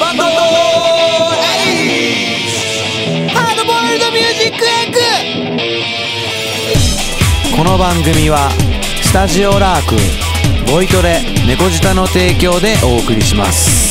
バンドハードボイルドミュージックエッこの番組はスタジオラークボイトレ猫舌の提供でお送りします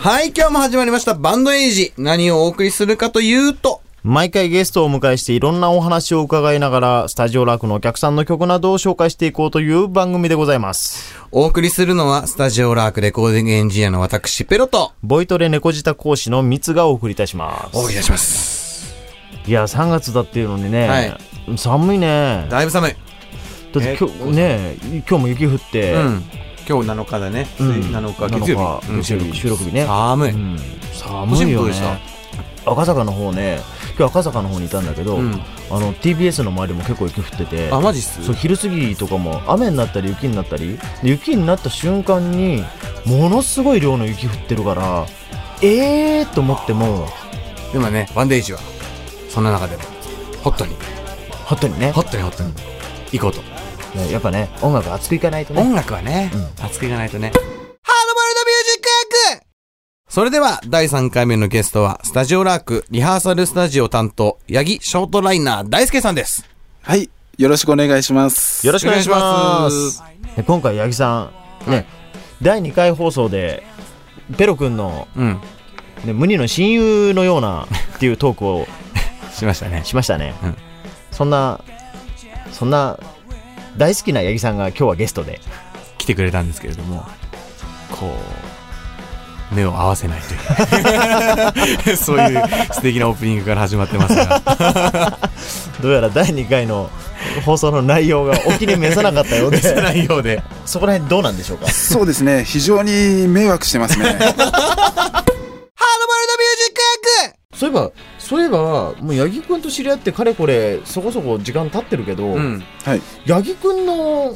はい、今日も始まりました。バンドエイジ。何をお送りするかというと、毎回ゲストをお迎えしていろんなお話を伺いながら、スタジオラークのお客さんの曲などを紹介していこうという番組でございます。お送りするのは、スタジオラークレコーディングエンジニアの私、ペロと、ボイトレ猫舌講師のミツがお送りいたしまお送りいたします。す。いや、3月だっていうのにね、は寒いね。だだいぶ寒い。って今日、ね、今日も雪降って、うん。今日7日だね。うん7日、月曜日。 7日月曜日収録日ね。寒い。うん寒いどようねでした。赤坂の方ね、今日赤坂の方にいたんだけど、うんあの TBS の周りも結構雪降ってて、あ、マジっすそう昼過ぎとかも雨になったり雪になったりで雪になった瞬間にものすごい量の雪降ってるからえーと思ってもでもね、バンデージは、そんな中でも、ホットに、本当にねホットにホットに、行こうと。ねやっぱね音楽熱くいかないとね音楽はねう、熱くいかないとね。ハードボイルドミュージックエッグそれでは、第3回目のゲストは、スタジオラークリハーサルスタジオ担当、八木ショートライナー大輔さんです。はい。よろしくお願いします。よろしくお願いしまお願いすしで今回八木さんね、第2回放送でペロ君の、うん。ね、無二の親友のようなっていうトークをしましたね。しましたね、うんそんなそんな大好きな八木さんが今日はゲストで来てくれたんですけれども、こう、目を合わせないと いう。そういう素敵なオープニングから始まってます が。どうやら第2回の放送の内容がお気に召さなかったようで してないようで。そこら辺どうなんでしょうかそうですね。非常に迷惑してますね。そういえばそういえばもう八木君と知り合ってかれこれそこそこ時間経ってるけど、うん。はい。八木君の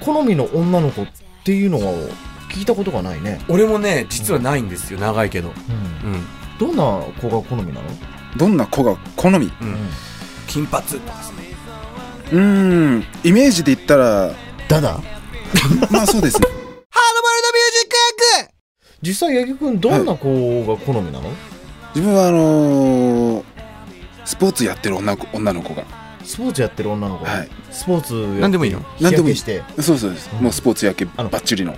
好みの女の子っていうのを聞いたことがないね、俺もね、実はないんですよ。長いけど。うん。どんな子が好みなの どんな子が好みう金髪とかさーん。イメージで言ったら、ダダまあそうですね。実際八木君どんな子が好みなの、自分はあのースポーツやってる女の子女の子が。スポーツやってる女の子、はいスポーツや何でもいいよ日焼けしてそうそうです。もうスポーツやけあばのっちりの。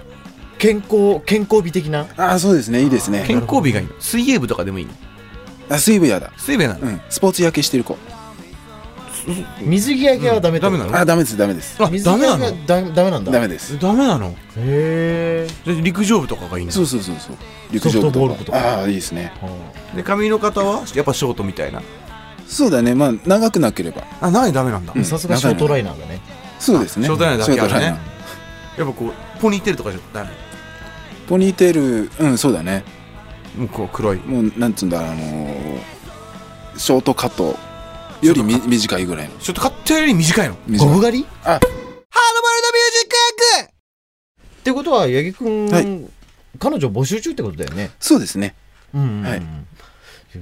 健康健康美的なああ、そうですね。いいですね。健康美がいいの水泳部とかでもいいのあ、水分やだ。水泳部なうのん。スポーツやけしてる子。水着焼けはダメってことうんダメなのあ、ダメです、ダメです。あ水着ダメな焼けのはダダメなんだダメです。ダメなのへえで陸上部とかがいいのそうそうそうそう。陸上ソ部フトボール部ととか。かああー、いいですね。で髪の方はやっぱショートみたいなそうだね。まあ、長くなければ。あ何ダメなんだ、うんやっさすがショートライナーだねそうですね。ショートライナーだけあるねショートライナーぱこうポニーテールとかじゃダメポニーテール、うん、そうだね。もうこう黒いもう、なんつうんだろう、あのーショートカットよりみ短いぐらいの。ちょっと買ったより短いの短ゴいブ狩りあってことは八木くん、はい彼女募集中ってことだよねそうですね。うんうんうん、はい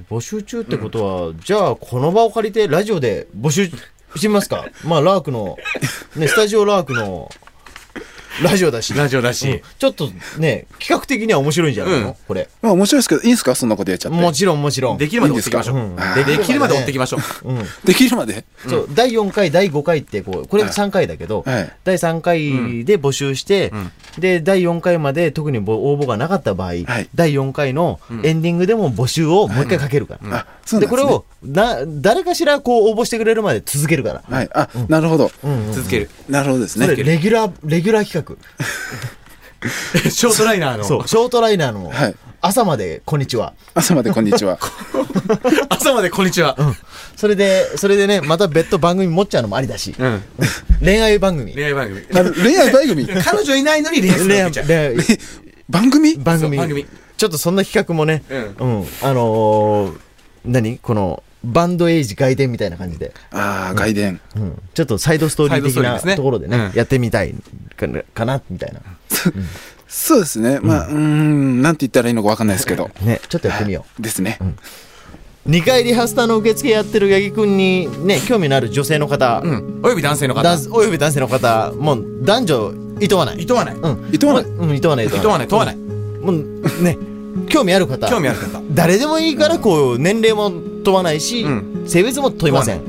募集中ってことは、じゃあこの場を借りてラジオで募集してみます かまあラークの、ね、スタジオラークのラジオだし、ラジオだうんちょっとね企画的には面白いんじゃないの、うんこれまあ面白いですけど、いいですかそんなことやっちゃって。もちろんもちろんできるまで追っていきましょういいんですかでうんできるまで追っていきましょううん できるまで。そう、第4回、第5回って、こう、これはい3回だけど、はい第3回で募集して、で、第4回まで特にぼ応募がなかった場合、い第4回のエンディングでも募集をもう一回かけるから。あ、そうで、なんこですね。れを、な、誰かしらこう応募してくれるまで続けるから。はい。あ、なるほど。続けるなるほどですそれ、ね。レギュラー、レギュラー企ショートライナー画。のそう、ショートライナーのはい、朝まで、こんにちは。朝までこんにちは。朝までこんにちはそれで、それでね、また別途番組持っちゃうのもありだし、うん、恋愛番組。恋愛番組なる恋愛番組彼女いないのに恋愛恋番愛組恋愛番組番そう組番組ちょっとそんな企画もね、うんあのー何このバンドエイジ外伝みたいな感じで、ああ、外伝。うん、ちょっとサイドストーリー的サイドストーリーなですねところでねうんやってみたいかなかなみたいな、そうですね。まあ、うーん、なんて言ったらいいのかわかんないですけど。ね、ちょっとやってみよですね。 2回リハスタの受付やってる八木くんにね興味のある女性の方、うん。および男性の男方。および男性の方もう男女いとわないいとわない。いうんいとわないうんいとわないいとわない、問わない。もうね興味ある方興味ある方。誰でもいいからこう年齢も問わないし、うん性別も問いません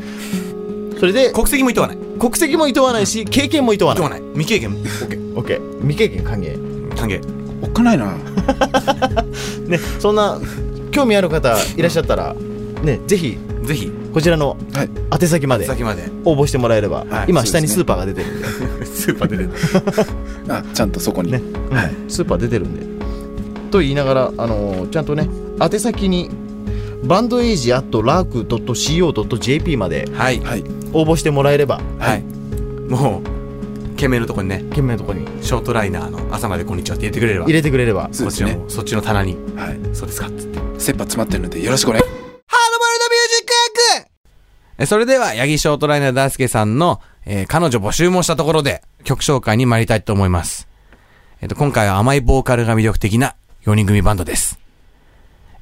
それで国籍もいとわない。国籍もいとわないし経験もいとわ問なわいない。未経験も。オッケー。オッケー未経験歓迎歓迎。おっかないなね、そんな興味ある方いらっしゃったら、ね、ぜひぜひ、こちらのはい宛先まで先まで。応募してもらえれば、はい今そ下うにですねスーパーが出てるんで、 スーパーで出る。あちゃんとそこに、ねはいスーパー出てるんで。と言いながら、あのーちゃんとね宛先にバンドエイジ at lark.co.jp まではい。はい応募してもらえればはい。もう、懸命のとこにね、件名のとこにショートライナーの朝までこんにちはって言ってくれれば。入れてくれればそうこっちですらねも、そっちの棚に。はいそうですかっつって。切羽詰まってるのでよろしくお願いえそれでは、八木ショートライナー大輔さんの、えー彼女募集もしたところで、曲紹介に参りたいと思います。えっ、と、今回は甘いボーカルが魅力的な4人組バンドです。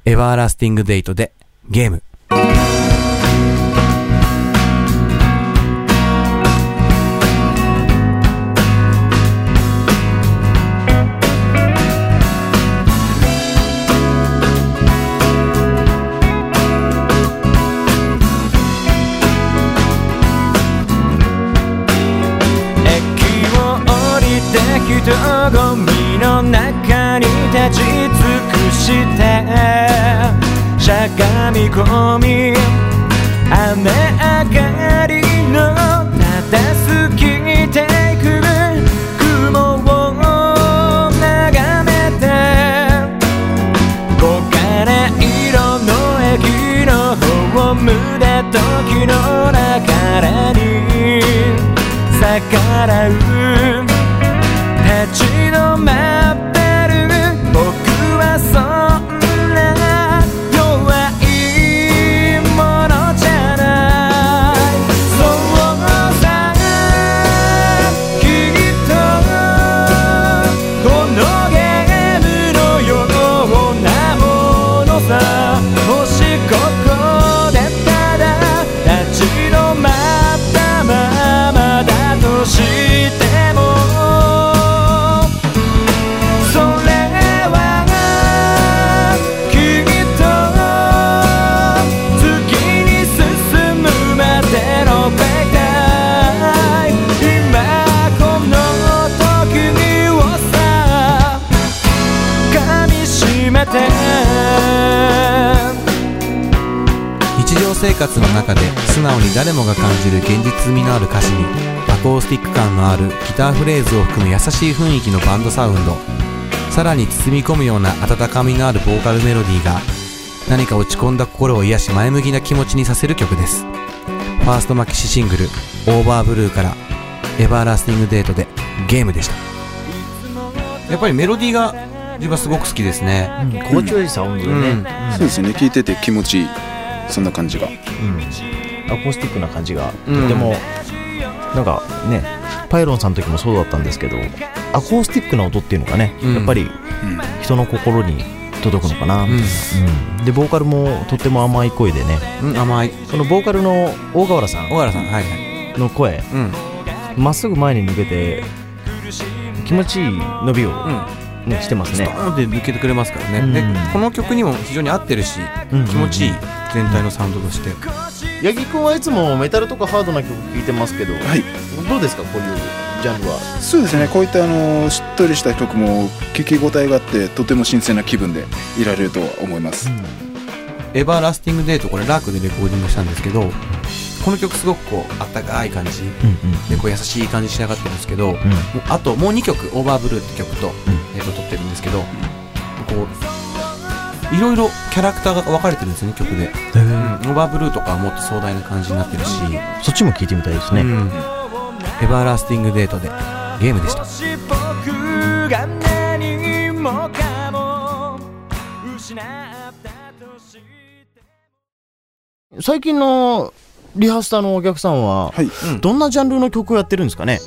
エバーラスティングデイトで、ゲーム。駅を降りて人混みの中に立ち尽くしてしゃがみ込み雨上がりのただ過ぎてくる雲を眺めて黄金色の駅のホームで時の流れに逆らう立ち止まってる僕はそんな弱いものじゃないそうさきっとこのゲームのようなものさもしここでただ立ち止まったままだとしてもそれはきっと月に進むまでのベタイ今この時をさ噛みしめて日常生活の中で素直に誰もが感じる現実味のある歌詞にアコースティック感のあるギターフレーズを含む優しい雰囲気のバンドサウンドさらに包み込むような温かみのあるボーカルメロディーが何か落ち込んだ心を癒し前向きな気持ちにさせる曲ですファーストマキシシングル「オーバーブルー」から「エバーラスティングデート」でゲームでしたやっぱりメロディーが自分はすごく好きですね心地よいサウンドでね、うんそうですね聞いてて気持ちいいそんな感じがアコースティックな感じがとうんても、なんかねパイロンさんの時もそうだったんですけどアコースティックな音っていうのがね、うんやっぱり人の心に届くのかな、うんうんでボーカルもとっても甘い声でねうん甘いそのボーカルの大河原さ小原さんはいはいんの声うんまっすぐ前に抜けて気持ちいい伸びを、うんねしてまスすトねーンって抜けてくれますからね、うんでこの曲にも非常に合ってるし、うん気持ちいい全体のサウンドとして、八木君はいつもメタルとかハードな曲聴いてますけど、はいどうですかこういうジャンルはそうですねこういったあのしっとりした曲も聞き応えがあってとても新鮮な気分でいられるとは思います、エバーラスティングデートこれラークでレコーディングしたんですけどこの曲すごくこうあったかい感じうんでこう優しい感じ仕上がってるんですけど、もううんあともう2曲「オーバーブルー」って曲と,、えーと撮ってるんですけどこういろいろキャラクターが分かれてるんですよね曲で、うん、オーバーブルーとかはもっと壮大な感じになってるし、そっちも聴いてみたいですね、うんエバーラスティングデートでゲームでしたもし僕が何もかも失ったとして最近のリハスタのお客さんは、はいどんなジャンルの曲をやってるんですかね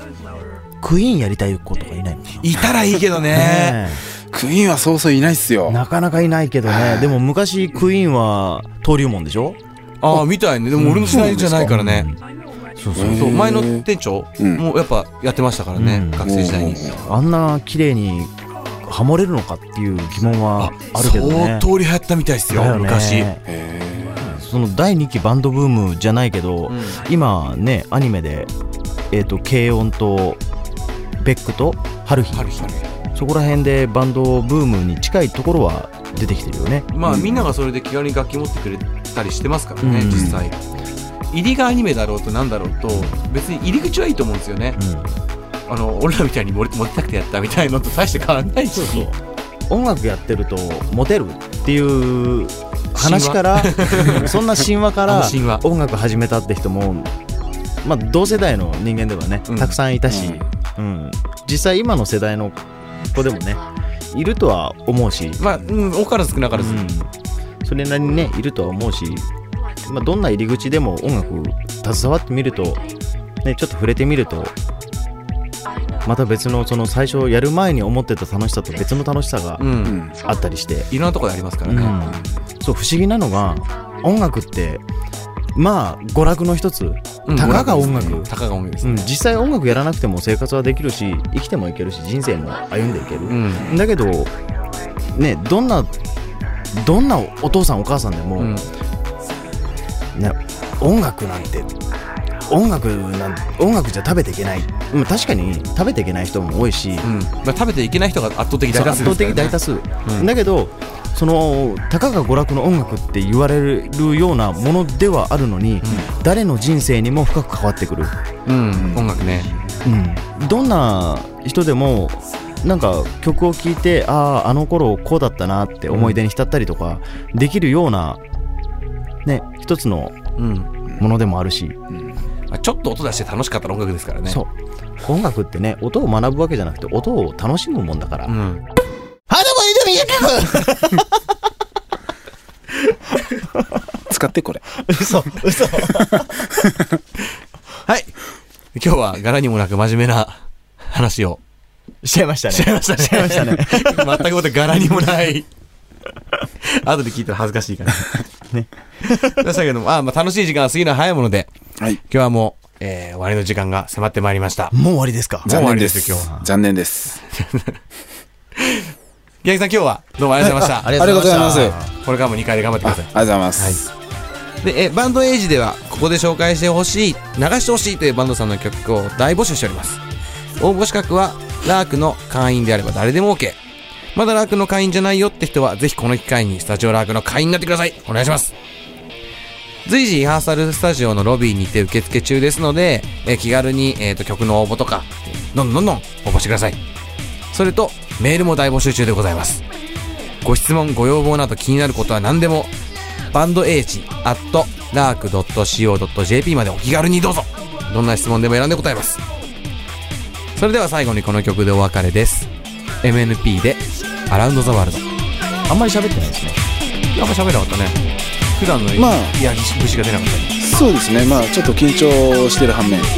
クイーンやりたい子とかいないのいたらいいけどねえクイーンはそうそういないっすよなかなかいないけどねでも昔クイーンは登竜門でしょああみたいねでも俺の時代じゃないからね、そううんそう前の店長うんもうやっぱやってましたからね、うん学生時代に、あんな綺麗にハモれるのかっていう疑問はあるけどね相当流行ったみたいですよだよね昔その第2期バンドブームじゃないけど、今ねアニメでえっ、と軽音とベックと春日春日春日そこら辺でバンドブームに近いところは出てきてるよねまあみんながそれで気軽に楽器持ってくれたりしてますからね、うん実際入りがアニメだろうとなんだろうと別に入り口はいいと思うんですよね、あの俺らみたいにモテモテたくてやったみたいのと大して変わらないし音楽やってるとモテるっていう話から そんな神話かあらの神話音楽始めたって人も、まあ、同世代の人間ではね、うんたくさんいたし、うん実際今の世代の子でもねいるとは思うし、まあ、うん、多からず少なからず、うん、それなりにねいるとは思うし、まあ、どんな入り口でも音楽携わってみると、ね、ちょっと触れてみるとまた別のその最初やる前に思ってた楽しさと別の楽しさがうんうんうんあったりして、いろんなとこでありますからうね、んそう不思議なのが音楽ってまあ娯楽の一つうんたかが音楽、たかが音楽ですうん、ね、実際音楽やらなくても生活はできるし生きてもいけるし人生も歩んでいける、うんだけどねどんなどんなお父さんお母さんでも、うんね、音楽なんて音楽なん音楽じゃ食べていけない、まあ、確かに食べていけない人も多いし、うんまあ、食べていけない人が圧倒的大そう多数圧ですか倒ら、ね、的大多数、うんだけどそのたかが娯楽の音楽って言われるようなものではあるのに、誰の人生にも深く関わってくる、うん、音楽ねうん、どんな人でもなんか曲を聴いてあああの頃こうだったなって思い出に浸ったりとかできるような、ね、一つのうんものでもあるし、まあちょっと音出して楽しかったら音楽ですからねそう音楽ってね音を学ぶわけじゃなくて音を楽しむもんだから、ん、ハドボイドミュージック使ってこれ はい今日は柄にもなく真面目な話をしちゃいましたねしちゃいましたね。 全くもって柄にもない。後で聞いたら恥ずかしいから。 ね。でしたけども、あまあ楽しい時間は過ぎるのは早いもので、はい今日はもう、えー終わりの時間が迫ってまいりました。もう終わりですかもう終残わ念りでですすよ、今日は。残念です八木さん、今日はどうもありがとうございました。ありがとうございますありがとうございこれからも2回で頑張ってくあだありさいが。とうございます、で、えーバンドエイジではここで紹介してほしい流してほしいというバンドさんの曲を大募集しております応募資格はラークの会員であれば誰でも OK まだラークの会員じゃないよって人はぜひこの機会にスタジオラークの会員になってくださいお願いします随時リハーサルスタジオのロビーにて受付中ですので、えー気軽に、えー、と曲の応募とかどんどんどんどん応募してくださいそれとメールも大募集中でございますご質問ご要望など気になることは何でもバンドエイジアットラーク .co.jp までお気軽にどうぞどんな質問でも選んで答えますそれでは最後にこの曲でお別れです MNP で「アラウンド・ザ・ワールド」あんまり喋ってないですねなんか喋らなかったね普段のまあいや節が出なかったそうですねまあちょっと緊張してる反面「